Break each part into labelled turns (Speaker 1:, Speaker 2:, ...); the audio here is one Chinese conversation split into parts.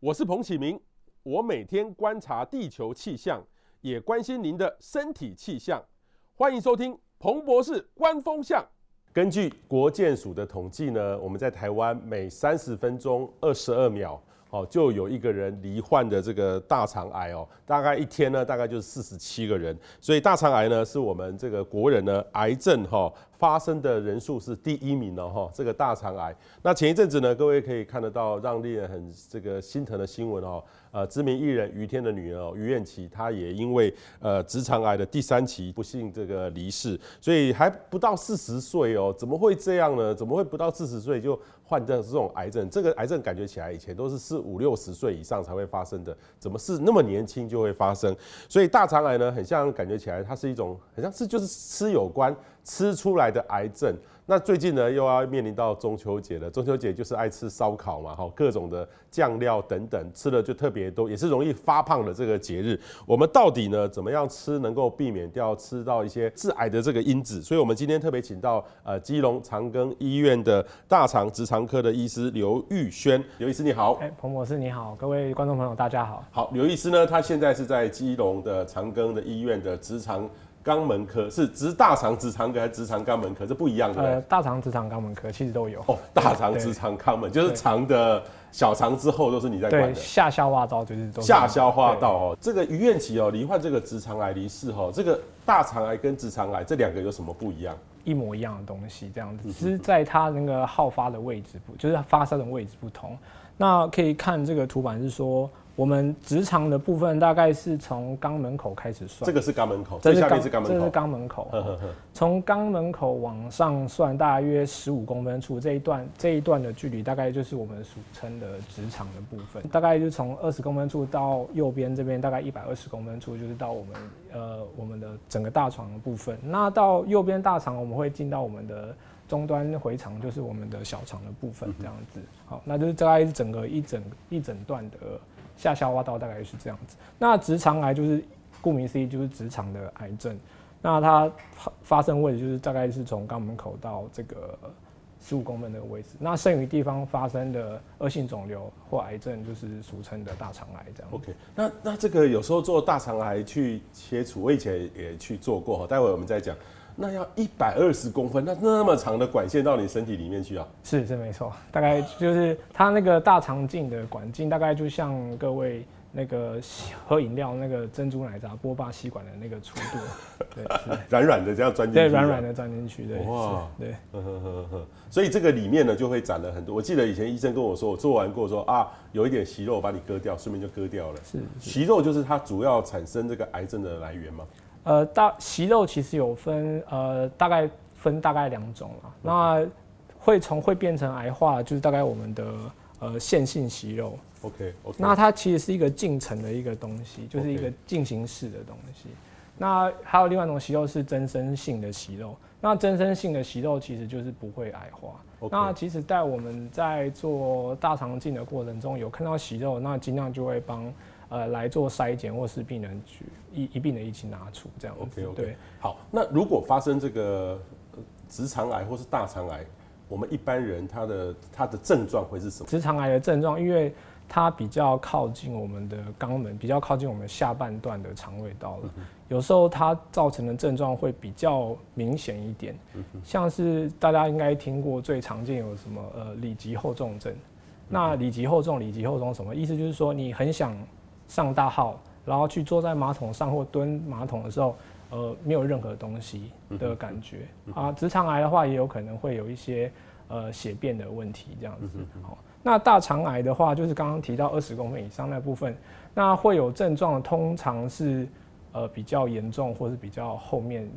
Speaker 1: 我是彭启明，我每天观察地球气象，也关心您的身体气象。欢迎收听彭博士观风向。根据国健署的统计呢，我们在台湾每三十分钟二十二秒，哦，就有一个人罹患的这个大肠癌哦，大概一天呢，大概就是四十七个人。所以大肠癌呢，是我们这个国人呢癌症哈、发生的人数是第一名哦，哈，这个大肠癌。那前一阵子呢，各位可以看得到让令人很这个心疼的新闻哦，呃，知名艺人于天的女儿哦，于燕琪，她也因为呃直肠癌的第三期不幸这个离世，所以还不到四十岁哦，怎么会这样呢？怎么会不到四十岁就患得这种癌症？这个癌症感觉起来以前都是四五六十岁以上才会发生的，怎么是那么年轻就会发生？所以大肠癌呢，很像感觉起来它是一种，很像是就是吃有关吃出来的癌症。那最近呢，又要面临到中秋节了。中秋节就是爱吃烧烤嘛，哈，各种的酱料等等，吃了就特别多，也是容易发胖的这个节日。我们到底呢，怎么样吃能够避免掉吃到一些致癌的这个因子？所以我们今天特别请到呃基隆长庚医院的大肠直肠科的医师刘玉轩，刘医师你好。
Speaker 2: 哎，彭博士你好，各位观众朋友大家好。
Speaker 1: 好，刘医师呢，他现在是在基隆的长庚的医院的直肠肛门科，是直大肠直肠科还是直肠肛门科？这不一样的。
Speaker 2: 呃，大肠、直肠、肛门科其实都有，
Speaker 1: 哦，大肠、直肠、肛门，就是肠的小肠之后都是你在管
Speaker 2: 对，
Speaker 1: 的。
Speaker 2: 下消化道就是都是
Speaker 1: 下消化道哦，这个于愿琪哦，罹患这个直肠癌离世哦，这个大肠癌跟直肠癌这两个有什么不一样？
Speaker 2: 一模一样的东西这样
Speaker 1: 嗯
Speaker 2: 子，只是在它那个好发的位置不，就是它发生的位置不同。那可以看这个图板是说，我们直肠的部分大概是从肛门口开始算，
Speaker 1: 这个是肛门口，
Speaker 2: 这
Speaker 1: 最下面
Speaker 2: 肛
Speaker 1: 是肛门
Speaker 2: 这是
Speaker 1: 口。嗯
Speaker 2: 肛门口，
Speaker 1: 呵呵呵，
Speaker 2: 从肛门口往上算大约十五公分处这一段这一段的距离，大概就是我们俗称的直肠的部分，大概就是从二十公分处到右边这边大概一百二十公分处，就是到我们呃我们的整个大肠的部分。那到右边大肠，我们会进到我们的终端回肠，就是我们的小肠的部分这样子。好，那就是大概是整个一整一整段的下消化道大概是这样子。那直肠癌就是顾名思义就是直肠的癌症。那它发发生位置就是大概是从肛门口到这个十五公分的位置。那剩余地方发生的恶性肿瘤或癌症，就是俗称的大肠癌这样。
Speaker 1: OK，那那这个有时候做大肠癌去切除，我以前也去做过哦哈，待会我们再讲。那要一百二十公分，那那么长的管线到你身体里面去啊？
Speaker 2: 是是没错，大概就是它那个大肠镜的管径，大概就像各位那个喝饮料那个珍珠奶茶波霸吸管的那个粗度，对，是
Speaker 1: 软软的这样钻进去，
Speaker 2: 对，软软的钻进去，对，
Speaker 1: 哇
Speaker 2: 是对。
Speaker 1: 呵呵呵呵， 所以这个里面呢就会长了很多。我记得以前医生跟我说，我做完过说啊，有一点息肉，我把你割掉，顺便就割掉了。
Speaker 2: 是
Speaker 1: 息肉就是它主要产生这个癌症的来源嘛。
Speaker 2: 呃，大息肉其实有分呃，大概分大概两种啦。那会从会变成癌化，就是大概我们的呃线性息肉。
Speaker 1: OK OK，
Speaker 2: 那它其实是一个进程的一个东西，就是一个
Speaker 1: OK
Speaker 2: 进行式的东西。那还有另外一种息肉是增生性的息肉，那增生性的息肉其实就是不会癌化。
Speaker 1: OK
Speaker 2: 那其实，在我们在做大肠镜的过程中，有看到息肉，那尽量就会帮呃来做筛检或是病人去一一并的一起拿出这样子。
Speaker 1: OK OK
Speaker 2: 对，。
Speaker 1: 好，那如果发生这个呃直肠癌或是大肠癌，我们一般人他的他的症状会是什么？
Speaker 2: 直肠癌的症状，因为它比较靠近我们的肛门，比较靠近我们下半段的肠胃
Speaker 1: 嗯
Speaker 2: 道了。有时候它造成的症状会比较明显一点，
Speaker 1: 嗯
Speaker 2: 像是大家应该听过最常见有什么呃里脊厚重症。
Speaker 1: 嗯
Speaker 2: 那里脊厚重，里脊厚重什么意思？就是说你很想上大号，然后去坐在马桶上或蹲马桶的时候，呃，没有任何东西
Speaker 1: 嗯
Speaker 2: 的感觉啊。直肠癌的话，也有可能会有一些呃血便的问题这样
Speaker 1: 嗯
Speaker 2: 子。好，那大肠癌的话，就是刚刚提到二十公分以上那部分，那会有症状，的通常是呃比较严重或是比较后面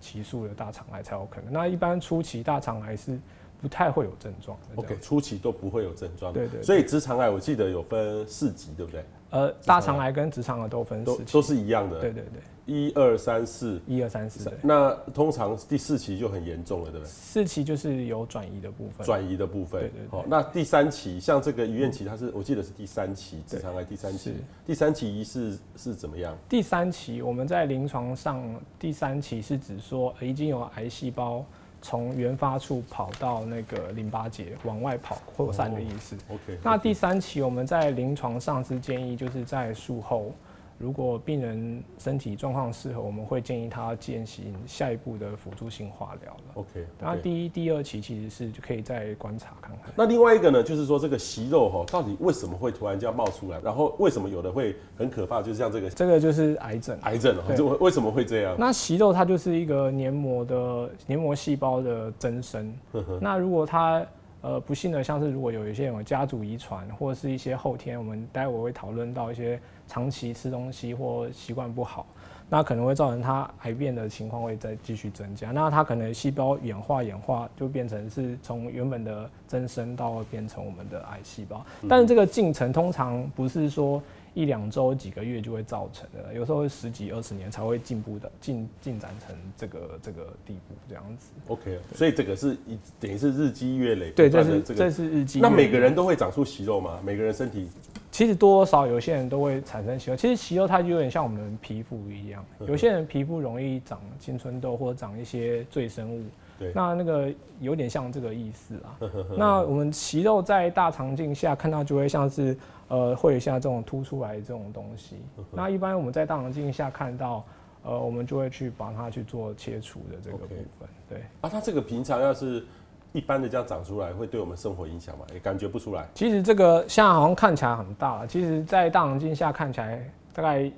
Speaker 2: 期数的大肠癌才有可能。那一般初期大肠癌是不太会有症状的。这样
Speaker 1: OK，初期都不会有症状，
Speaker 2: 对对对
Speaker 1: 所以直肠癌我记得有分四级，对不对？
Speaker 2: 呃，大肠癌跟直肠癌都分
Speaker 1: 都
Speaker 2: 时期，
Speaker 1: 都是一样的，
Speaker 2: 对对对，
Speaker 1: 一二三四。
Speaker 2: 一二三四，对
Speaker 1: 那通常第四期就很严重了，对不对？
Speaker 2: 四期就是有转移的部分，
Speaker 1: 转移的部分
Speaker 2: 对对，对
Speaker 1: 好、那第三期像这个于院期，它是我记得是第三期直肠癌第三期
Speaker 2: 是，
Speaker 1: 第三期是是怎么样？
Speaker 2: 第三期，我们在临床上，第三期是指说呃已经有癌细胞从原发处跑到那个淋巴结往外跑扩散的意思。
Speaker 1: OK，
Speaker 2: 那第三期我们在临床上是建议，就是在术后，如果病人身体状况适合，我们会建议他进行下一步的辅助性化疗了。
Speaker 1: OK，
Speaker 2: 那第一、第二期其实是就可以再观察看看。
Speaker 1: 那另外一个呢，就是说这个息肉哈，到底为什么会突然间冒出来？然后为什么有的会很可怕？就像这个
Speaker 2: 这个就是癌症。
Speaker 1: 癌症哦，
Speaker 2: 对
Speaker 1: 这为为什么会这样？
Speaker 2: 那息肉它就是一个黏膜的黏膜细胞的增生。那如果它呃不幸的，像是如果有一些有家族遗传，或是一些后天，我们待会会讨论到一些长期吃东西或习惯不好，那可能会造成它癌变的情况会再继续增加。那它可能细胞演化演化，就变成是从原本的增生到变成我们的癌细胞。但是这个进程通常不是说一两周、几个月就会造成的，有时候十几二十年才会进步的进进展成这个这个地步这样子。
Speaker 1: OK，所以这个是一等于是日积月累，
Speaker 2: 对，
Speaker 1: 不
Speaker 2: 这
Speaker 1: 断
Speaker 2: 是
Speaker 1: 地
Speaker 2: 这是日积月
Speaker 1: 那
Speaker 2: 累。
Speaker 1: 每个人都会长出息肉吗？每个人身体
Speaker 2: 其实多多少少有些人都会产生息肉，其实息肉它就有点像我们皮肤一样，有些人皮肤容易长青春痘或者长一些赘生物，
Speaker 1: 对
Speaker 2: 那那个有点像这个意思啊。那我们息肉在大肠镜下看到就会像是呃会有像这种凸出来的这种东西，那一般我们在大肠镜下看到，呃我们就会去把它去做切除的这个
Speaker 1: OK
Speaker 2: 部分，对。
Speaker 1: 啊，它这个平常要是一般的这样长出来，会对我们生活影响吗？也感觉不出来。
Speaker 2: 其实这个现在好像看起来很大，其实，在大环境下看起来大概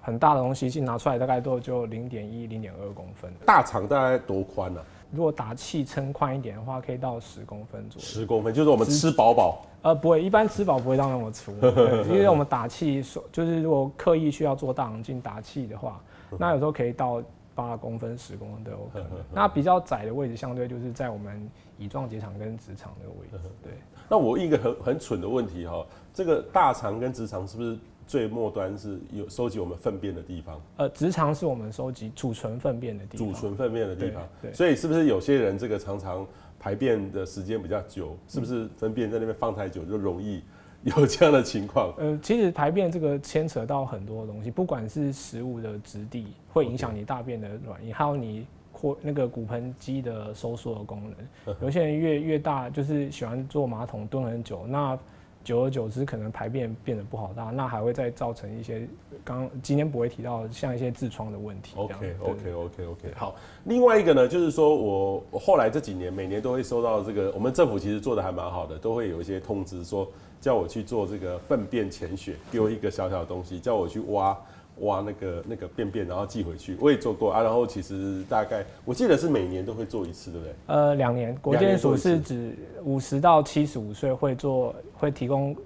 Speaker 2: 很大的东西，其实拿出来大概都就零点一、零点二公分的。
Speaker 1: 大肠大概多宽呢、啊？
Speaker 2: 如果打气撑宽一点的话，可以到十公分左右。
Speaker 1: 十公分，就是我们吃饱饱。
Speaker 2: 呃，不会，一般吃饱不会到那么粗， 对因为我们打气，说就是如果刻意需要做大肠镜打气的话，那有时候可以到八公分、十公分都有可
Speaker 1: 嗯
Speaker 2: 能。那比较窄的位置，相对就是在我们乙状结肠跟直肠的
Speaker 1: 嗯
Speaker 2: 位置，对。
Speaker 1: 那我问一个很很蠢的问题哈、这个大肠跟直肠是不是最末端是有收集我们粪便的地方，
Speaker 2: 呃，直肠是我们收集储存粪便的地方。
Speaker 1: 储存粪便的地方？
Speaker 2: 对对
Speaker 1: 所以是不是有些人这个常常排便的时间比较久，是不是粪便在那边放太久就容易有这样的情况？
Speaker 2: 呃，其实排便这个牵扯到很多东西，不管是食物的质地，会影响你大便的软硬，还有你扩那个骨盆肌的收缩的功能。有些人越越大，就是喜欢坐马桶蹲很久，那久而久之可能排便变得不好大，那还会再造成一些刚今天不会提到像一些痔疮的问题这样。
Speaker 1: OK OK
Speaker 2: 对
Speaker 1: OK OK，好。另外一个呢，就是说我我后来这几年每年都会收到这个，我们政府其实做的还蛮好的，都会有一些通知说叫我去做这个粪便潜血，给我一个小小的东西，叫我去挖挖那个那个便便，然后寄回去。我也做过啊，然后其实大概我记得是每年都会做一次，对不对？
Speaker 2: 呃，两年，国
Speaker 1: 两年
Speaker 2: 健
Speaker 1: 做
Speaker 2: 署
Speaker 1: 一次
Speaker 2: 是指五十到七十五岁会做，会提供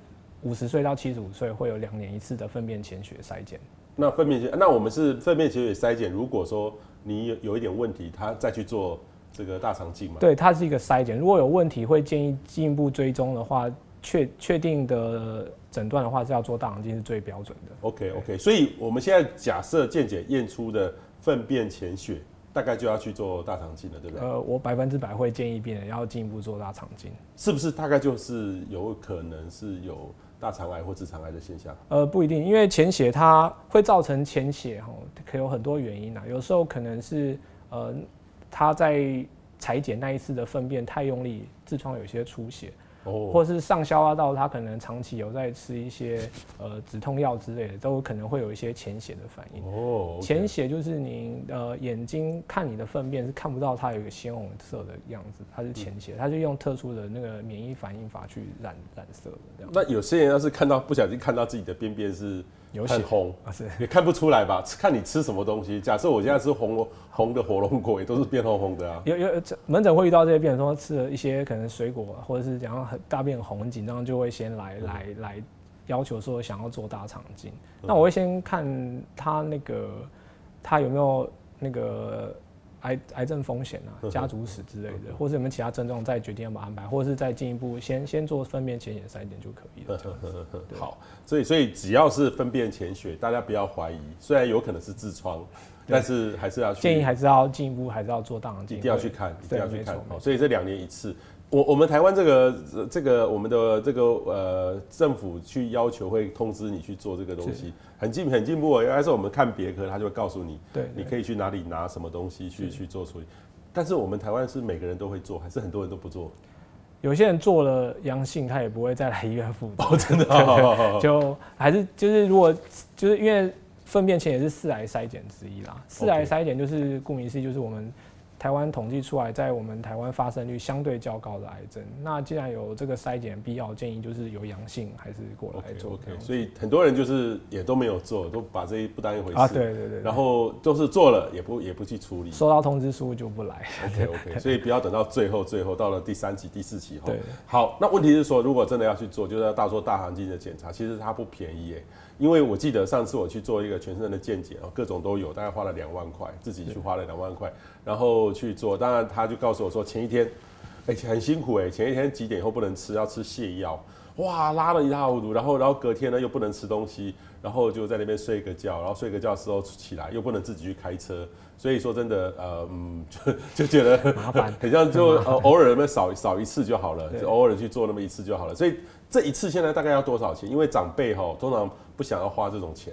Speaker 2: 五十岁到七十五岁会有两年一次的粪便潜血筛检。
Speaker 1: 那粪便潜，那我们是粪便潜血筛检，如果说你有有一点问题，他再去做这个大肠镜嘛？
Speaker 2: 对，它是一个筛检，如果有问题会建议进一步追踪的话，确确定的诊断的话是要做大肠镜是最标准的。
Speaker 1: OK OK，所以我们现在假设健检验出的粪便潜血，大概就要去做大肠镜了，对不对？
Speaker 2: 呃，我百分之百会建议病人要进一步做大肠镜。
Speaker 1: 是不是大概就是有可能是有大肠癌或直肠癌的现象？
Speaker 2: 呃，不一定，因为潜血它会造成潜血哈，可有很多原因啊。有时候可能是呃，它在裁剪那一次的粪便太用力，痔疮有些出血，
Speaker 1: 哦，
Speaker 2: 或是上消化道它可能长期有在吃一些呃止痛药之类的，都可能会有一些潜血的反应。
Speaker 1: 哦
Speaker 2: 潜血就是你呃眼睛看你的粪便是看不到它有一个鲜红色的样子，它是潜血，它是用特殊的那个免疫反应法去染染色的这样。
Speaker 1: 那有些人要是看到不小心看到自己的便便是
Speaker 2: 有血
Speaker 1: 很红，
Speaker 2: 啊是。
Speaker 1: 也看不出来吧？看你吃什么东西。假设我现在吃红萝红的火龙果，也都是变红红的啊。
Speaker 2: 有有这门诊会遇到这些病人说吃了一些可能水果啊或者是怎样很大便红很紧张，就会先来
Speaker 1: 嗯
Speaker 2: 来来要求说想要做大肠镜。那我会先看他那个他有没有那个癌癌症风险
Speaker 1: 嗯
Speaker 2: 啊、家族史之类的，或是有没有其他症状，再决定要不要安排，或者是再进一步先先做粪便潜血筛检就可以
Speaker 1: 嗯
Speaker 2: 了。这样子
Speaker 1: 好，所以所以只要是粪便潜血，大家不要怀疑，虽然有可能是痔疮，但是还是要去
Speaker 2: 建议还是要进一步还是要做大肠镜，
Speaker 1: 一定要去看，一定
Speaker 2: 对
Speaker 1: 要去看
Speaker 2: 没。错
Speaker 1: 好，所以这两年一次。我我们台湾这个这个我们的这个呃政府去要求会通知你去做这个东西，很进很进步哦。原来是我们看别科，他就会告诉你，
Speaker 2: 对对
Speaker 1: 你可以去哪里拿什么东西去去做处理。但是我们台湾是每个人都会做，还是很多人都不 做？
Speaker 2: 有些人做了阳性，他也不会再来医院复诊，
Speaker 1: 哦，真的， 好好好好
Speaker 2: 就还是就是如果就是因为粪便前也是四癌筛检之一啦。四癌
Speaker 1: OK
Speaker 2: 筛检就是顾名思义，就是我们台湾统计出来，在我们台湾发生率相对较高的癌症。那既然有这个筛检必要，建议就是有阳性还是过来
Speaker 1: ，OK
Speaker 2: 做
Speaker 1: OK，
Speaker 2: 这样子。
Speaker 1: 所以很多人就是也都没有做，都把这一不当一回事。
Speaker 2: 啊，对对对，
Speaker 1: 然后就是做了，也不也不去处理。
Speaker 2: 收到通知书就不来。
Speaker 1: OK OK，所以不要等到最后，最后到了第三期、第四期后
Speaker 2: 对。
Speaker 1: 好，那问题是说，如果真的要去做，就是要大做大行情的检查，其实它不便宜耶。因为我记得上次我去做一个全身的健检，哦各种都有，大概花了两万块，自己去花了两万块，然后去做。当然，他就告诉我说，前一天，哎、很辛苦哎，前一天几点以后不能吃，要吃泻药。哇，拉了一塌糊涂，然后然后隔天呢又不能吃东西，然后就在那边睡个觉，然后睡个觉之后起来又不能自己去开车，所以说真的，呃，嗯， 就就觉得
Speaker 2: 麻烦
Speaker 1: 很像就呃偶尔那么少少一次就好了，
Speaker 2: 对
Speaker 1: 就偶尔去做那么一次就好了。所以这一次现在大概要多少钱？因为长辈哈通常不想要花这种钱，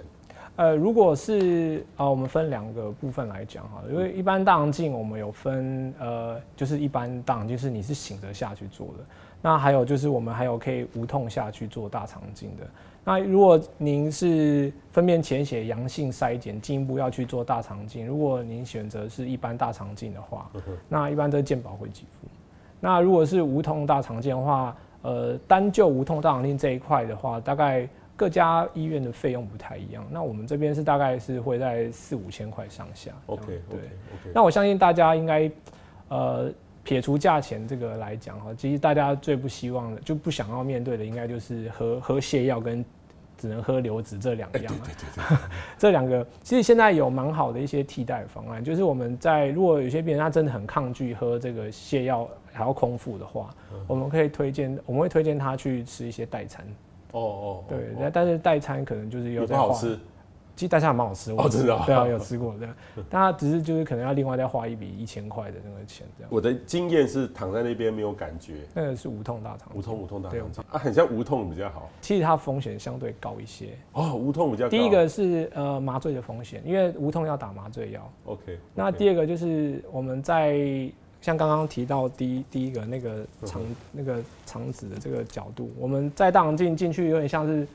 Speaker 2: 呃，如果是啊、我们分两个部分来讲哈，因为一般大肠镜我们有分呃，就是一般大肠镜是你是醒着下去做的，那还有就是我们还有可以无痛下去做大肠镜的。那如果您是粪便潜血阳性筛检，进一步要去做大肠镜，如果您选择是一般大肠镜的话，那一般都健保会给付。那如果是无痛大肠镜的话，呃，单就无痛大肠镜这一块的话，大概各家医院的费用不太一样。那我们这边是大概是会在四五千块上下。这样
Speaker 1: OK OK
Speaker 2: 嗯对。
Speaker 1: OK，
Speaker 2: 那我相信大家应该，呃，撇除价钱这个来讲哈，其实大家最不希望的、就不想要面对的，应该就是喝喝泻药跟只能喝流质这两
Speaker 1: 哎
Speaker 2: 样、啊。 这两个其实现在有蛮好的一些替代方案，就是我们在如果有些病人他真的很抗拒喝这个泻药还要空腹的话，
Speaker 1: 嗯
Speaker 2: 我们可以推荐，我们会推荐他去吃一些代餐。
Speaker 1: 哦哦，
Speaker 2: 对，
Speaker 1: 哦
Speaker 2: 但但是代餐可能就是
Speaker 1: 也
Speaker 2: 有
Speaker 1: 不
Speaker 2: 在
Speaker 1: 好
Speaker 2: 花
Speaker 1: 吃，
Speaker 2: 其实大虾蛮好吃，我
Speaker 1: 哦真的啊
Speaker 2: 对啊，有吃过的，但它只是就是可能要另外再花一笔一千块的那个钱这样，
Speaker 1: 我的经验是躺在那边没有感觉，
Speaker 2: 那个是无痛大肠，
Speaker 1: 无痛无痛大
Speaker 2: 对
Speaker 1: 肠镜啊，很像无痛比较好
Speaker 2: 其实它风险相对高一些。
Speaker 1: 哦，无痛比较高。
Speaker 2: 第一个是呃麻醉的风险，因为无痛要打麻醉药。
Speaker 1: OK，
Speaker 2: 那第二个就是我们在像刚刚提到第一第一个那个肠
Speaker 1: 嗯
Speaker 2: 那个肠子的这个角度，我们在大肠镜进去有点像是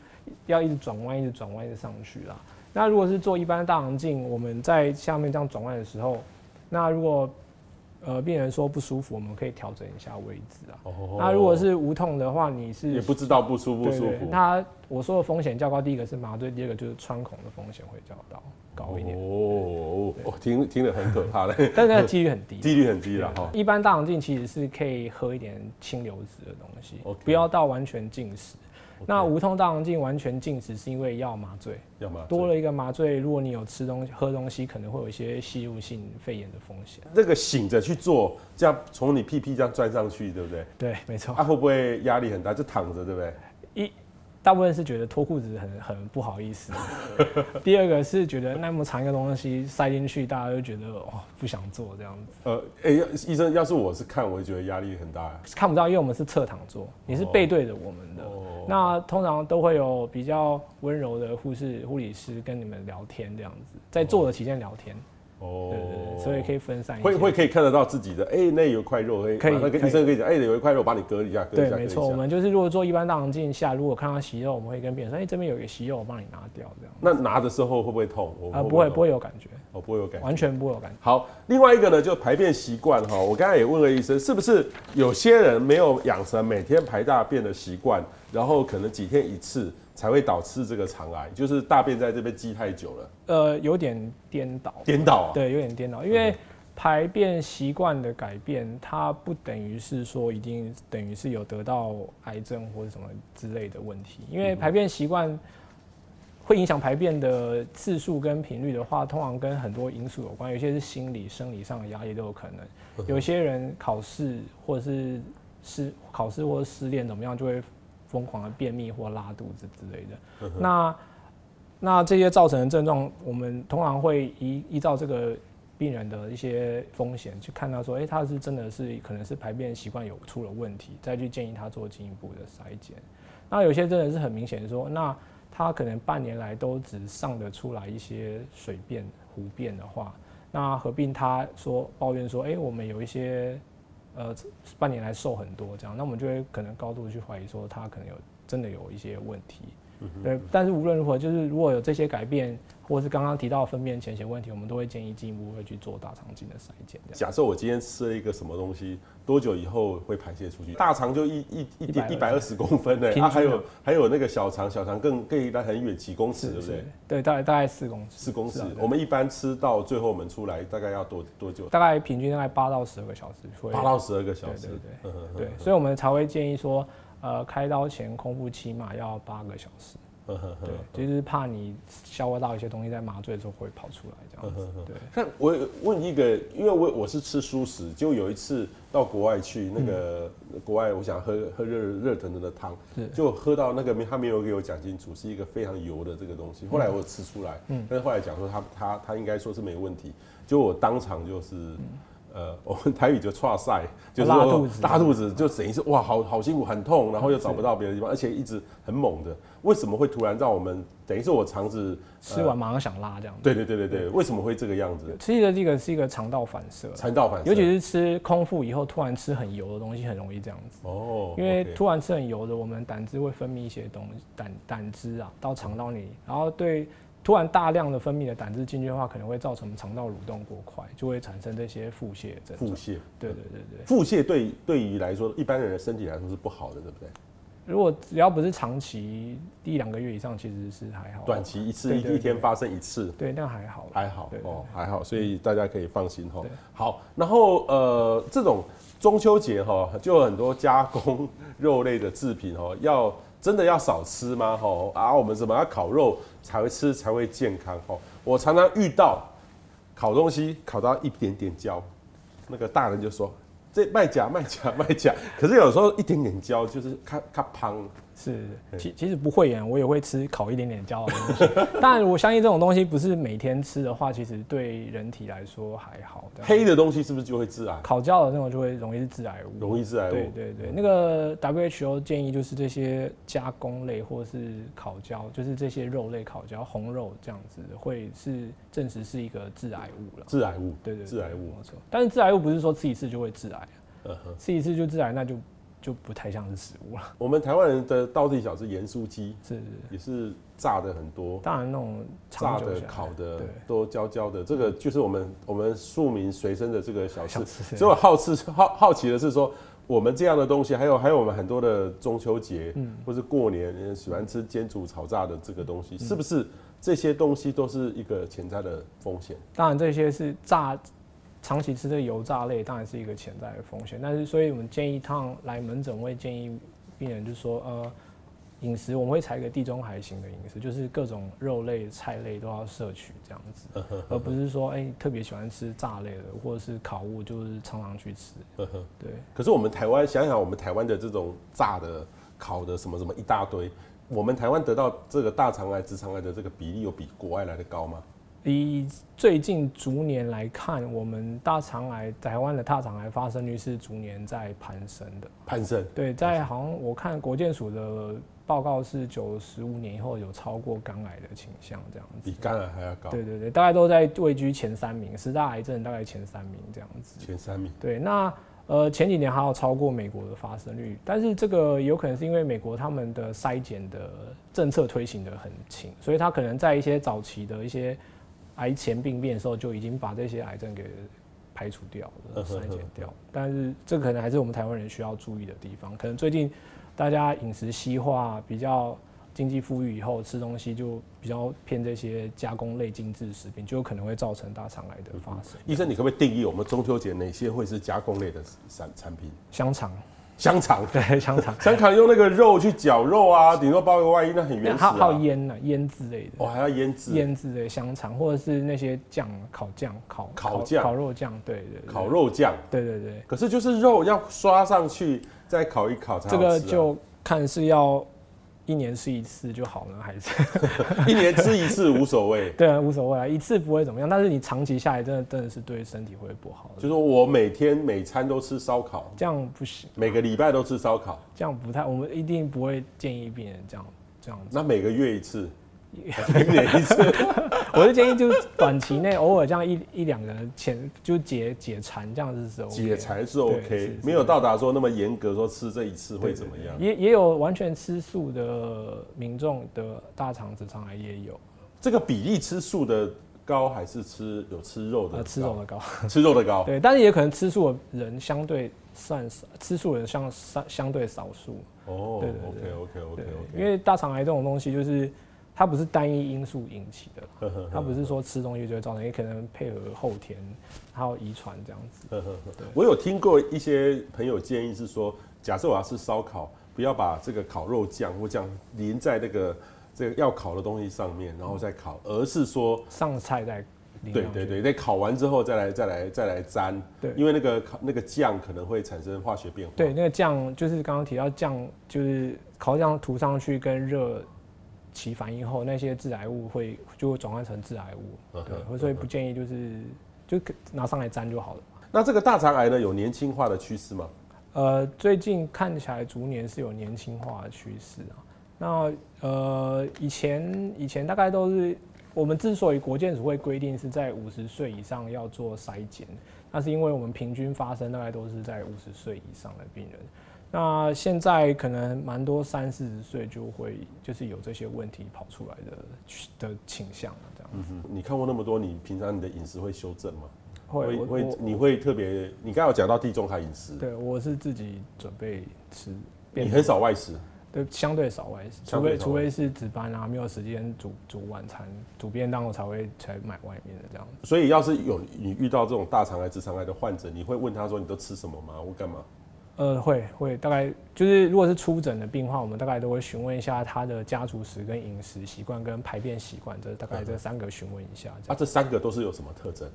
Speaker 2: 要一直转弯，一直转弯，一直上去啦。那如果是做一般的大肠镜，我们在下面这样转弯的时候，那如果呃病人说不舒服，我们可以调整一下位置啊。
Speaker 1: 哦
Speaker 2: 那如果是无痛的话，你是
Speaker 1: 也不知道不舒不
Speaker 2: 对
Speaker 1: 舒
Speaker 2: 对
Speaker 1: 服，，
Speaker 2: 它我说的风险较高，第一个是麻醉，第二个就是穿孔的风险会较高高一点，
Speaker 1: 哦，哦听听得很可怕嘞，
Speaker 2: 但是它几率很低。
Speaker 1: 几率很低了哦哈。
Speaker 2: 一般大肠镜其实是可以喝一点清流质的东西
Speaker 1: OK
Speaker 2: 不要到完全禁食。那
Speaker 1: OK，
Speaker 2: 无痛大肠镜完全禁食是因为要麻醉，
Speaker 1: 要麻醉
Speaker 2: 多了一个麻醉，如果你有吃东西、喝东西，可能会有一些吸入性肺炎的风险。
Speaker 1: 那个醒着去做，这样从你屁屁这样钻上去，对不对？
Speaker 2: 对，没错。
Speaker 1: 啊，会不会压力很大？就躺着，对不对？
Speaker 2: 一大部分是觉得脱裤子很很不好意思， 第二个是觉得那么长一个东西塞进去，大家就觉得哦不想做这样子，
Speaker 1: 呃，哎、要医生，要是我是看，我会觉得压力很大。
Speaker 2: 看不到，因为我们是侧躺坐，你是背对着我们的。
Speaker 1: 哦，
Speaker 2: 那通常都会有比较温柔的护士、护理师跟你们聊天，这样子，在做的期间聊天，
Speaker 1: 哦
Speaker 2: 对对对，所以可以分散一些。
Speaker 1: 会会可以看得到自己的，哎、那有一块肉，会
Speaker 2: 可以
Speaker 1: 马上跟
Speaker 2: 可以
Speaker 1: 医生可以讲，哎、有一块肉，把你割一下，割一
Speaker 2: 对，
Speaker 1: 下，割
Speaker 2: 没
Speaker 1: 一
Speaker 2: 错，我
Speaker 1: 下。
Speaker 2: 们就是如果做一般大肠镜下，如果看到息肉，我们会跟病人说，哎、这边有一个息肉，我帮你拿掉，这样。
Speaker 1: 那拿的时候会不会痛？我
Speaker 2: 啊、不会不
Speaker 1: 会
Speaker 2: 会有感觉，
Speaker 1: 痛，哦，不会有感觉。
Speaker 2: 完全不会有感觉。
Speaker 1: 好，另外一个呢，就排便习惯哈。我刚才也问了医生，是不是有些人没有养成每天排大便的习惯，然后可能几天一次才会导致这个肠癌，就是大便在这边积太久了，
Speaker 2: 呃，有点颠倒，
Speaker 1: 颠倒啊。
Speaker 2: 对，有点颠倒，因为排便习惯的改变，它不等于是说一定等于是有得到癌症或者什么之类的问题，因为排便习惯会影响排便的次数跟频率的话，通常跟很多因素有关，有些是心理、生理上的压力都有可能，有些人考试或者是失考试或者失恋怎么样，就会疯狂的便秘或拉肚子之类的，那。那这些造成的症状，我们通常会依依照这个病人的一些风险去看到说，哎、他是真的是可能是排便习惯有出了问题，再去建议他做进一步的筛检。那有些真的是很明显说，那他可能半年来都只上得出来一些水便、湖便的话，那合并他说抱怨说，哎、我们有一些呃半年来瘦很多这样，那我们就会可能高度去怀疑说他可能有真的有一些问题。
Speaker 1: 嗯
Speaker 2: 对，但是无论如何，就是如果有这些改变，或是刚刚提到粪便潜血问题，我们都会建议进一步会去做大肠镜的筛检。这样
Speaker 1: 假设我今天吃了一个什么东西，多久以后会排泄出去？大肠就一一一点一百二十
Speaker 2: 120
Speaker 1: 公分呢、
Speaker 2: 平均
Speaker 1: 啊，
Speaker 2: 的
Speaker 1: 还有还有那个小肠，小肠更更离它很远，几公尺，对不对？？
Speaker 2: 啊对，大概大概四公尺，
Speaker 1: 四公尺
Speaker 2: 是啊。
Speaker 1: 我们一般吃到最后，我们出来大概要多多久？
Speaker 2: 大概平均大概八到十二个小时会。
Speaker 1: 八到十二个小
Speaker 2: 对
Speaker 1: 时
Speaker 2: 对。
Speaker 1: 嗯哼
Speaker 2: 对对，所以我们才会建议说，呃，开刀前空腹起码要八个小时。
Speaker 1: 嗯哼哼
Speaker 2: 对，就是怕你消化到一些东西在麻醉的时候会跑出来这
Speaker 1: 嗯
Speaker 2: 样子。对，
Speaker 1: 那我问一个，因为我我是吃素食，就有一次到国外去，那个、
Speaker 2: 嗯
Speaker 1: 国外我想喝喝热热腾腾的汤
Speaker 2: 是，
Speaker 1: 就喝到那个他没有给我讲清楚，是一个非常油的这个东西。
Speaker 2: 嗯
Speaker 1: 后来我吃出来，但是后来讲说他他他应该说是没问题，就我当场就是。呃，我们 台语就岔赛，就是
Speaker 2: 嗯拉
Speaker 1: 说
Speaker 2: 肚子
Speaker 1: 拉肚子就等于是哇，好好辛苦，很痛，然后又找不到别的地方，而且一直很猛的。为什么会突然让我们等于是我肠子
Speaker 2: 吃完马上想拉这样子。
Speaker 1: 对对对对对，为什么会这个样子？
Speaker 2: 吃的这个是一个肠道反射啦，
Speaker 1: 肠道反射，
Speaker 2: 尤其是吃空腹以后突然吃很油的东西，很容易这样子。
Speaker 1: 哦，
Speaker 2: 因为
Speaker 1: OK
Speaker 2: 突然吃很油的，我们胆汁会分泌一些东西，胆胆汁啊到肠道里，然后对突然大量的分泌的胆汁进去的话，可能会造成肠道蠕动过快，就会产生这些腹泻的症状
Speaker 1: 腹。泻，
Speaker 2: 对对对对，
Speaker 1: 腹泻对对于来说，一般人的身体来说是不好的，对不对？
Speaker 2: 如果只要不是长期一两个月以上，其实是还好。
Speaker 1: 短期一次
Speaker 2: 哦对对
Speaker 1: 一
Speaker 2: 对
Speaker 1: 一天发生一次。
Speaker 2: 对，那还好啦。
Speaker 1: 还好
Speaker 2: 对对嗯
Speaker 1: 哦，还好，所以大家可以放心哈、哦
Speaker 2: 对
Speaker 1: 好，然后呃，这种中秋节哈、就有很多加工肉类的制品哦，要真的要少吃吗？哈、啊，我们怎么要烤肉才会吃才会健康？哈、我常常遇到烤东西烤到一点点焦，那个大人就说这卖假卖假 卖假，可是有时候一点点焦就是咔咔胖，
Speaker 2: 嗯是，
Speaker 1: 对
Speaker 2: 其其实不会演，我也会吃烤一点点焦的东西。 但我相信这种东西不是每天吃的话，其实对人体来说还好的。
Speaker 1: 黑的东西是不是就会致癌？
Speaker 2: 烤焦的那种就会容易是致癌物。
Speaker 1: 容易致癌物
Speaker 2: 对，对对，那个 WHO 建议就是这些加工类或是烤焦，就是这些肉类烤焦、红肉这样子，会是证实是一个致癌物了。
Speaker 1: 致癌物，
Speaker 2: 对对对
Speaker 1: 致癌物，
Speaker 2: 没错。但是致癌物不是说吃一次就会致癌，啊
Speaker 1: 嗯哼。
Speaker 2: 吃一次就致癌，那就就不太像是食物了。
Speaker 1: 我们台湾人的道地小吃盐酥鸡
Speaker 2: 是，
Speaker 1: 也是炸的很多，
Speaker 2: 当然那种
Speaker 1: 炸
Speaker 2: 长久
Speaker 1: 的、
Speaker 2: 下来
Speaker 1: 烤的
Speaker 2: 对
Speaker 1: 都焦焦的，这个就是我们我们庶民随身的这个小吃
Speaker 2: 小。吃
Speaker 1: 所以我好奇好好奇的是说，我们这样的东西，还有还有我们很多的中秋节、
Speaker 2: 嗯
Speaker 1: 或是过年呃喜欢吃煎煮炒炸的这个东西，
Speaker 2: 嗯
Speaker 1: 是不是这些东西都是一个潜在的风险？
Speaker 2: 当然这些是炸，长期吃这个油炸类当然是一个潜在的风险，但是所以我们建议趟来门诊会建议病人就说呃。饮食我们会采一个地中海型的饮食，就是各种肉类、菜类都要摄取这样子，
Speaker 1: 嗯
Speaker 2: 而不是说哎、特别喜欢吃炸类的或者是烤物，就是常常去吃。对，
Speaker 1: 可是我们台湾，想想我们台湾的这种炸的、烤的什么什么一大堆，我们台湾得到这个大肠癌、直肠癌的这个比例有比国外来的高吗？
Speaker 2: 以最近逐年来看，我们大肠癌台湾的大肠癌发生率是逐年在攀升的。
Speaker 1: 攀升。
Speaker 2: 对，在好像我看国健署的报告是九十五年以后有超过肝癌的倾向这样子。
Speaker 1: 比肝癌还要高，
Speaker 2: 对对对，大概都在位居前三名，十大癌症大概前三名这样子。
Speaker 1: 前三名。
Speaker 2: 对，那呃前几年还有超过美国的发生率，但是这个有可能是因为美国他们的筛检的政策推行的很勤，所以他可能在一些早期的一些癌前病变的时候就已经把这些癌症给排除掉了、
Speaker 1: 嗯哼
Speaker 2: 筛
Speaker 1: 哼
Speaker 2: 检掉。但是这可能还是我们台湾人需要注意的地方，可能最近大家饮食西化比较。经济富裕以后，吃东西就比较偏这些加工类精致食品，就有可能会造成大肠癌的发生。
Speaker 1: 医生，你可不可以定义我们中秋节哪些会是加工类的产产品？
Speaker 2: 香肠，
Speaker 1: 香肠，
Speaker 2: 对香肠，
Speaker 1: 香肠用那个肉去绞肉啊，顶多包个外衣，那很
Speaker 2: 没有
Speaker 1: 原始
Speaker 2: 还有还有
Speaker 1: 啊。
Speaker 2: 腌呢、腌之类的，
Speaker 1: 哦，还要腌制，
Speaker 2: 腌制的香肠，或者是那些酱，烤酱、烤
Speaker 1: 烤酱
Speaker 2: 烤肉酱，对对对，
Speaker 1: 烤，肉酱。
Speaker 2: 对对对，
Speaker 1: 可是就是肉要刷上去，再烤一烤才好
Speaker 2: 这
Speaker 1: 吃啊、
Speaker 2: 个就看是要一年吃一次就好呢，还 是。
Speaker 1: 一年吃一次无所谓
Speaker 2: 对啊，无所谓啊，一次不会怎么样，但是你长期下来，真的真的是对身体会不好
Speaker 1: 就
Speaker 2: 的，
Speaker 1: 是我每天每餐都吃烧烤，
Speaker 2: 这样不行，
Speaker 1: 每个礼拜都吃烧烤，
Speaker 2: 这样不太，我们一定不会建议病人这样这样子，
Speaker 1: 那每个月一次，每年一次，
Speaker 2: 我是建议就是短期内偶尔这样一一两个前就解解馋这样子是 OK 的。
Speaker 1: 解馋是
Speaker 2: 对是
Speaker 1: OK，
Speaker 2: 是
Speaker 1: 没有到达说那么严格，说吃这一次会
Speaker 2: 对
Speaker 1: 怎么样？
Speaker 2: 也也有完全吃素的民众的大肠直肠癌也有，
Speaker 1: 这个比例吃素的高还是吃有吃肉的高？
Speaker 2: 呃，吃肉的高。
Speaker 1: 吃肉的高。
Speaker 2: 对，但是也可能吃素的人相对算少，吃素的人相相相对少数。
Speaker 1: 哦
Speaker 2: 对
Speaker 1: ，OK
Speaker 2: 对
Speaker 1: OK
Speaker 2: 对
Speaker 1: OK，
Speaker 2: 因
Speaker 1: OK，
Speaker 2: 为大肠癌这种东西就是它不是单一因素引起的，
Speaker 1: 呵呵
Speaker 2: 它不是说吃东西就会造成，也可能配合后天还有遗传这样子。
Speaker 1: 呵呵呵 我有听过一些朋友建议是说，假设我要吃烧烤，不要把这个烤肉酱或酱淋在那个这个要烤的东西上面，然后再烤，而是说
Speaker 2: 上菜再淋
Speaker 1: 对
Speaker 2: 上
Speaker 1: 对
Speaker 2: 去
Speaker 1: 对，在烤完之后再来再来再来沾，
Speaker 2: 对
Speaker 1: 因为那个烤那个酱可能会产生化学变化。
Speaker 2: 对，那个酱就是刚刚提到酱，就是烤酱涂上去跟热起反应后，那些致癌物会就会转换成致癌物，
Speaker 1: 嗯哼
Speaker 2: 对，所以不建议就是就可拿上来沾就好了。
Speaker 1: 那这个大肠癌呢，有年轻化的趋势吗？
Speaker 2: 呃，最近看起来逐年是有年轻化的趋势啊。那呃，以前以前大概都是我们之所以国健署会规定是在五十岁以上要做筛检，那是因为我们平均发生大概都是在五十岁以上的病人。那现在可能蛮多三四十岁就会就是有这些问题跑出来的趋的倾向啊这样子。
Speaker 1: 嗯你看过那么多，你平常你的饮食会修正吗？
Speaker 2: 会我
Speaker 1: 会
Speaker 2: 我
Speaker 1: 你会特别，你刚刚有讲到地中海饮食，
Speaker 2: 对我是自己准备吃，
Speaker 1: 你很少外食，
Speaker 2: 对，相对少欸外食，
Speaker 1: 相
Speaker 2: 除
Speaker 1: 对
Speaker 2: 非
Speaker 1: 少
Speaker 2: 除
Speaker 1: 外食
Speaker 2: 非是值班啊，没有时间煮煮晚餐、煮便当，我才会才买外面的这样。
Speaker 1: 所以要是有你遇到这种大肠癌、直肠癌的患者，你会问他说你都吃什么吗？或干嘛？
Speaker 2: 呃，会会大概就是如果是出诊的病患，我们大概都会询问一下他的家族史、跟饮食习惯、跟排便习惯，这大概这三个询问一下
Speaker 1: 啊，
Speaker 2: 这样。
Speaker 1: 这三个都是有什么特征？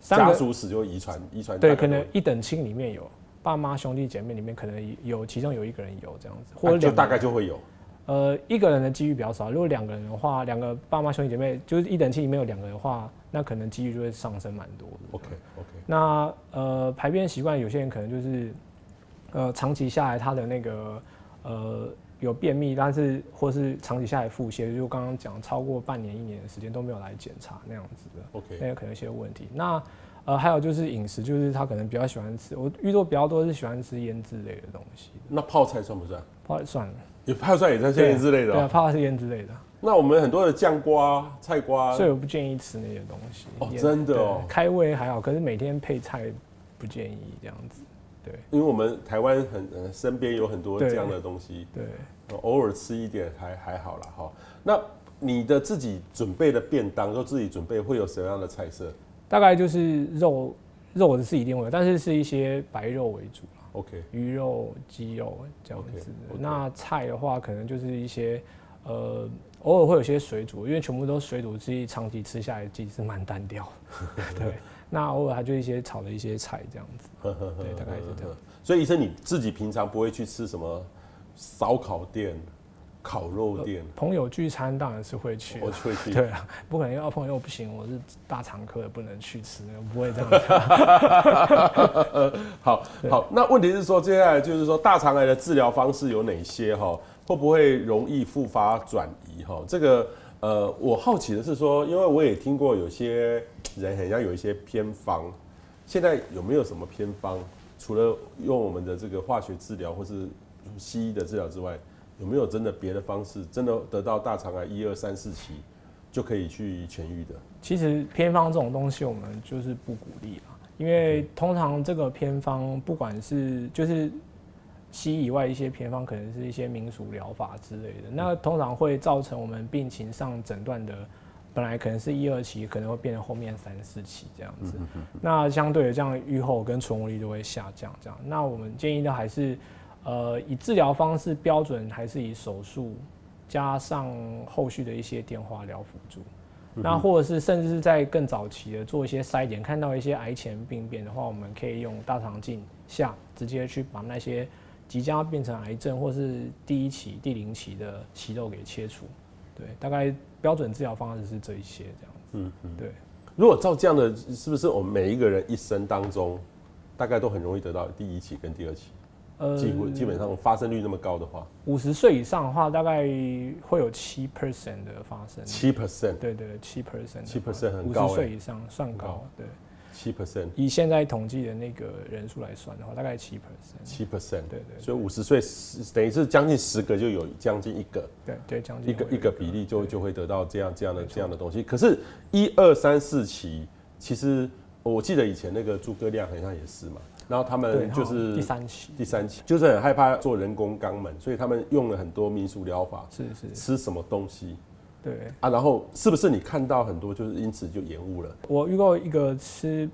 Speaker 2: 三
Speaker 1: 家
Speaker 2: 个
Speaker 1: 族史就遗传，遗传
Speaker 2: 对，
Speaker 1: 大概
Speaker 2: 可
Speaker 1: 都
Speaker 2: 能一等亲里面有爸妈、兄弟姐妹里面可能有其中有一个人有这样子，或
Speaker 1: 啊
Speaker 2: 者
Speaker 1: 就
Speaker 2: 两个
Speaker 1: 大概就会有。
Speaker 2: 呃，一个人的机遇比较少。如果两个人的话，两个爸妈、兄弟姐妹，就是一等亲里面有两个人的话，那可能机遇就会上升蛮多的。
Speaker 1: OK OK，
Speaker 2: 那呃，排便习惯有些人可能就是，呃，长期下来他的那个呃有便秘，但是或是长期下来腹泻，就刚刚讲超过半年一年的时间都没有来检查那样子的，那
Speaker 1: OK，
Speaker 2: 个可能有些问题。那呃，还有就是饮食，就是他可能比较喜欢吃，我遇到比较多是喜欢吃腌制类的东西，
Speaker 1: 那泡菜算不算？
Speaker 2: 泡菜算了，
Speaker 1: 也泡菜也算腌之类的
Speaker 2: 对啊，
Speaker 1: 哦。
Speaker 2: 泡菜是腌制类的，
Speaker 1: 那我们很多的酱瓜、菜瓜
Speaker 2: 所，以我不建议吃那些东西。
Speaker 1: 啊哦
Speaker 2: 腌
Speaker 1: 真的哦
Speaker 2: 对开胃还好，可是每天配菜不建议这样子，对
Speaker 1: 因为我们台湾很呃身边有很多
Speaker 2: 对
Speaker 1: 这样的东西，
Speaker 2: 对。
Speaker 1: 呃偶尔吃一点还还好啦哈。那你的自己准备的便当，都自己准备会有什么样的菜色
Speaker 2: 大概就是肉肉的是一定会有，但是是一些白肉为主啦
Speaker 1: ？OK，
Speaker 2: 鱼肉、鸡肉这样子的。
Speaker 1: OK，OK
Speaker 2: 那菜的话，可能就是一些呃，偶尔会有些水煮，因为全部都水煮，自己长期吃下来其实是蛮 单调的。对，那偶尔还就一些炒的一些菜这样子。
Speaker 1: 嗯
Speaker 2: 对，大概是这样。
Speaker 1: 所以医生你自己平常不会去吃什么烧烤店、烤肉店，
Speaker 2: 朋友聚餐当然是会去啊
Speaker 1: 我。会去。
Speaker 2: 对啊，不可能要朋友不行，我是大常客，不能去吃，不会这样子。
Speaker 1: 好好，那问题是说，接下来就是说，大肠癌的治疗方式有哪些哈？会不会容易复发转移哈？这个呃，我好奇的是说，因为我也听过有些人很像有一些偏方，现在有没有什么偏方？除了用我们的这个化学治疗或是西医的治疗之外，有没有真的别的方式，真的得到大肠癌一二三四期就可以去痊愈的？
Speaker 2: 其实偏方这种东西，我们就是不鼓励啊，因为通常这个偏方，不管是就是西医以外一些偏方，可能是一些民俗疗法之类的，那通常会造成我们病情上诊断的。本来可能是一二期，可能会变成后面三四期这样子，那相对的这样预后跟存活率就会下降。这样，那我们建议的还是，呃，以治疗方式标准还是以手术加上后续的一些电化疗辅助。
Speaker 1: 嗯
Speaker 2: 那或者是甚至是在更早期的做一些筛检，看到一些癌前病变的话，我们可以用大肠镜下直接去把那些即将要变成癌症或是第一期、第零期的息肉给切除。对，大概标准治疗方式是这一些这样子。
Speaker 1: 嗯嗯。
Speaker 2: 对，
Speaker 1: 如果照这样的，是不是我们每一个人一生当中，大概都很容易得到第一期跟第二期？
Speaker 2: 呃，
Speaker 1: 基本基本上发生率那么高的话，
Speaker 2: 五十岁以上的话，大概会有七 percent 的发生。
Speaker 1: 七 percent，
Speaker 2: 对对，七 percent，
Speaker 1: 7%很
Speaker 2: 五
Speaker 1: 高
Speaker 2: 十
Speaker 1: 欸
Speaker 2: 岁以上算
Speaker 1: 很
Speaker 2: 高
Speaker 1: 高。
Speaker 2: 对，
Speaker 1: 七 percent，
Speaker 2: 以现在统计的那个人数来算的话，大概七 percent。
Speaker 1: 七 percent，
Speaker 2: 对对
Speaker 1: 所以五十岁是等于是将近十个就有将近一个
Speaker 2: 对对，将近
Speaker 1: 一个
Speaker 2: 会有
Speaker 1: 一个比例就就会得到这样这样的
Speaker 2: 没错
Speaker 1: 这样的东西。可是，一二三四期，其实我记得以前那个诸葛亮好像也是嘛，然后他
Speaker 2: 对，
Speaker 1: 们就
Speaker 2: 好
Speaker 1: 是
Speaker 2: 第三期。
Speaker 1: 第三期，就是很害怕做人工肛门，所以他们用了很多民俗疗法，
Speaker 2: 是是，
Speaker 1: 吃什么东西
Speaker 2: 对
Speaker 1: 啊，然后是不是你看到很多就是因此就延误了？
Speaker 2: 我遇过一个吃，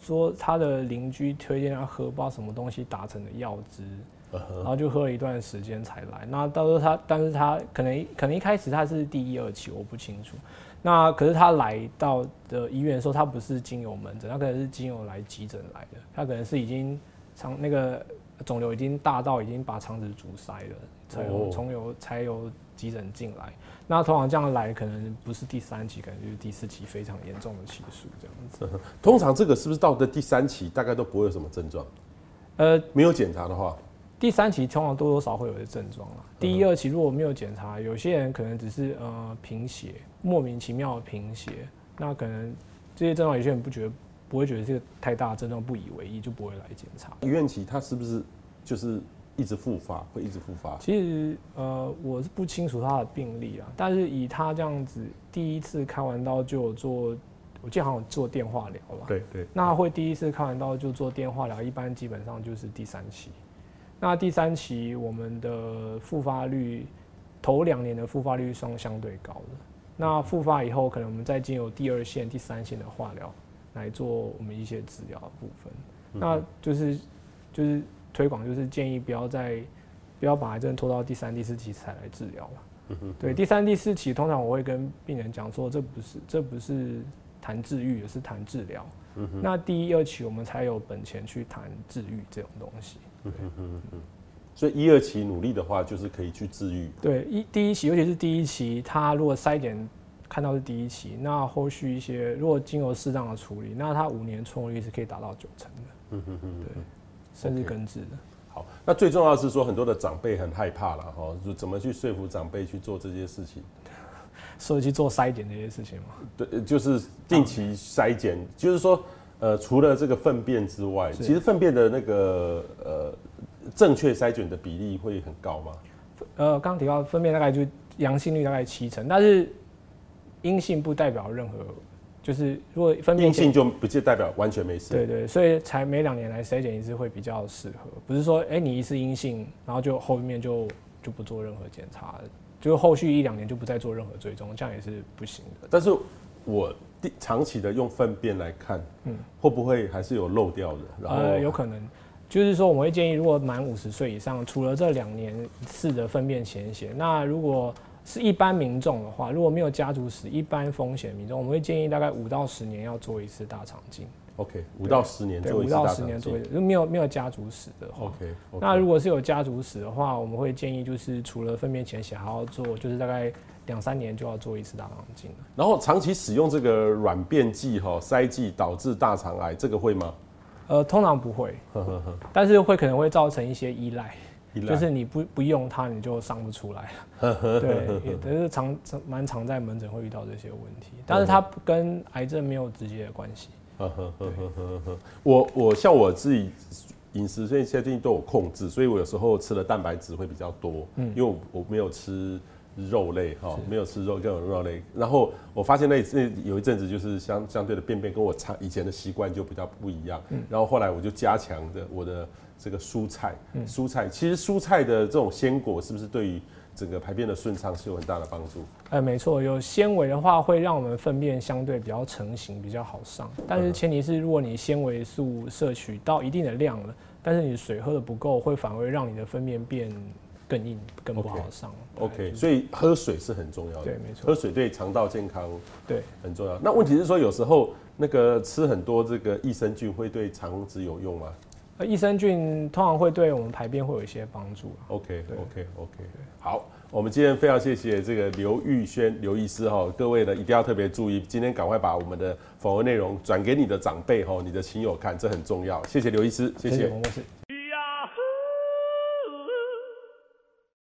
Speaker 2: 说他的邻居推荐他喝不知道什么东西打成的药汁，
Speaker 1: 呃呵
Speaker 2: 然后就喝了一段时间才来。那到时候他，但是他可能可能一开始他是第一二期，我不清楚。那可是他来到的医院的时候，他不是经由门诊，他可能是经由来急诊来的，他可能是已经肠那个肿瘤已经大到已经把肠子阻塞了，才有
Speaker 1: 哦
Speaker 2: 从有才有急诊进来。那通常这样来，可能不是第三期，可能就是第四期非常严重的期数这样子。
Speaker 1: 通常这个是不是到的第三期大概都不会有什么症状？
Speaker 2: 呃，
Speaker 1: 没有检查的话，
Speaker 2: 第三期通常多多少会有一些症状啦。第一、二期如果没有检查，有些人可能只是呃贫血，莫名其妙的贫血，那可能这些症状有些人不觉得不会觉得这个太大的症状，不以为意，就不会来检查。
Speaker 1: 医院期它是不是就是一直复发，会一直复发？
Speaker 2: 其实呃我是不清楚他的病例啊，但是以他这样子第一次开完刀就有做，我记得好像有做电话疗了。
Speaker 1: 对对，
Speaker 2: 那会第一次看完刀就做电话疗，一般基本上就是第三期。那第三期我们的复发率，头两年的复发率算相对高的。那复发以后，可能我们再经由第二线、第三线的化疗来做我们一些治疗的部分。
Speaker 1: 嗯
Speaker 2: 那就是就是推广，就是建议不要再不要把癌症拖到第三、第四期才来治疗
Speaker 1: 嗯
Speaker 2: 了。对，第三、第四期，通常我会跟病人讲说，这不是这不是谈治愈，也是谈治疗。那第一、二期我们才有本钱去谈治愈这种东西。
Speaker 1: 嗯所以一二期努力的话，就是可以去治愈。
Speaker 2: 对，一第一期，尤其是第一期，它如果筛检看到是第一期，那后续一些如果经由适当的处理，那它五年存活率是可以达到九成的。
Speaker 1: 嗯
Speaker 2: 对，甚至
Speaker 1: OK
Speaker 2: 根治的。
Speaker 1: 好，那最重要的是说，很多的长辈很害怕了哈，就怎么去说服长辈去做这些事情？
Speaker 2: 所以去做筛检这些事情嘛，
Speaker 1: 对，呃就是定期筛检，就是说，呃，除了这个粪便之外，
Speaker 2: 是
Speaker 1: 其实粪便的那个呃正确筛检的比例会很高吗？
Speaker 2: 呃，刚提到分辨大概就阳性率大概七成，但是阴性不代表任何，就是如果分辨
Speaker 1: 阴
Speaker 2: 结
Speaker 1: 性就不就代表完全没事。
Speaker 2: 对对，所以才每两年来筛检一次会比较适合，不是说哎、你一次阴性，然后就后面就就不做任何检查，就后续一两年就不再做任何追踪，这样也是不行的。
Speaker 1: 但是我第长期的用粪便来看，会不会还是有漏掉的？然后、
Speaker 2: 嗯呃，有可能，就是说我们会建议，如果满五十岁以上，除了这两年一次的粪便潜血，那如果是一般民众的话，如果没有家族史，一般风险民众，我们会建议大概五到十年要做一次大肠镜，
Speaker 1: OK，五到十年
Speaker 2: 对，
Speaker 1: 做
Speaker 2: 五
Speaker 1: 一次
Speaker 2: 到
Speaker 1: 大
Speaker 2: 十
Speaker 1: 肠
Speaker 2: 年做一
Speaker 1: 镜。哦
Speaker 2: 次，如果没有没有家族史的话。
Speaker 1: OK，
Speaker 2: 那如果是有家族史的话，我们会建议就是除了粪便潜血，还要做，就是大概两三年就要做一次大肠镜了。
Speaker 1: 然后长期使用这个软便剂哈、塞剂导致大肠癌，这个会吗？
Speaker 2: 呃，通常不会，但是会可能会造成一些依赖，
Speaker 1: 依赖
Speaker 2: 就是你不不用它，你就上不 出来了。对，也但是常常蛮常在门诊会遇到这些问题，
Speaker 1: 嗯
Speaker 2: 但是它不跟癌症没有直接的关系。
Speaker 1: 我我像我自己饮食，所以最近都有控制，所以我有时候吃的蛋白质会比较多，
Speaker 2: 嗯
Speaker 1: 因为我我没有吃肉类哈，没有吃肉各种肉类。然后我发现那那有一阵子就是相相对的便便跟我常以前的习惯就比较不一样，
Speaker 2: 嗯
Speaker 1: 然后后来我就加强的我的这个蔬菜，
Speaker 2: 嗯
Speaker 1: 蔬菜其实蔬菜的这种鲜果是不是对于整个排便的顺畅是有很大的帮助？
Speaker 2: 呃，没错，有纤维的话会让我们粪便相对比较成型，比较好上。
Speaker 1: 嗯
Speaker 2: 但是前提是，如果你纤维素摄取到一定的量了，但是你水喝的不够，会反而会让你的粪便变更硬，更不好
Speaker 1: OK，
Speaker 2: 上。对
Speaker 1: OK，
Speaker 2: 就是
Speaker 1: 所以喝水是很重要的。
Speaker 2: 对没错
Speaker 1: 喝水对肠道健康
Speaker 2: 对。
Speaker 1: 很重要。那问题是说，有时候那个吃很多这个益生菌会对肠子有用吗
Speaker 2: 呃，益生菌通常会对我们排便会有一些帮助啊。
Speaker 1: ？OK
Speaker 2: 对
Speaker 1: OK OK，好，我们今天非常谢谢这个刘玉轩刘医师哈，各位呢一定要特别注意，今天赶快把我们的访问内容转给你的长辈哈，你的亲友看，这很重要。谢谢刘医师，谢
Speaker 2: 谢
Speaker 1: 谢
Speaker 2: 谢王博士，谢谢。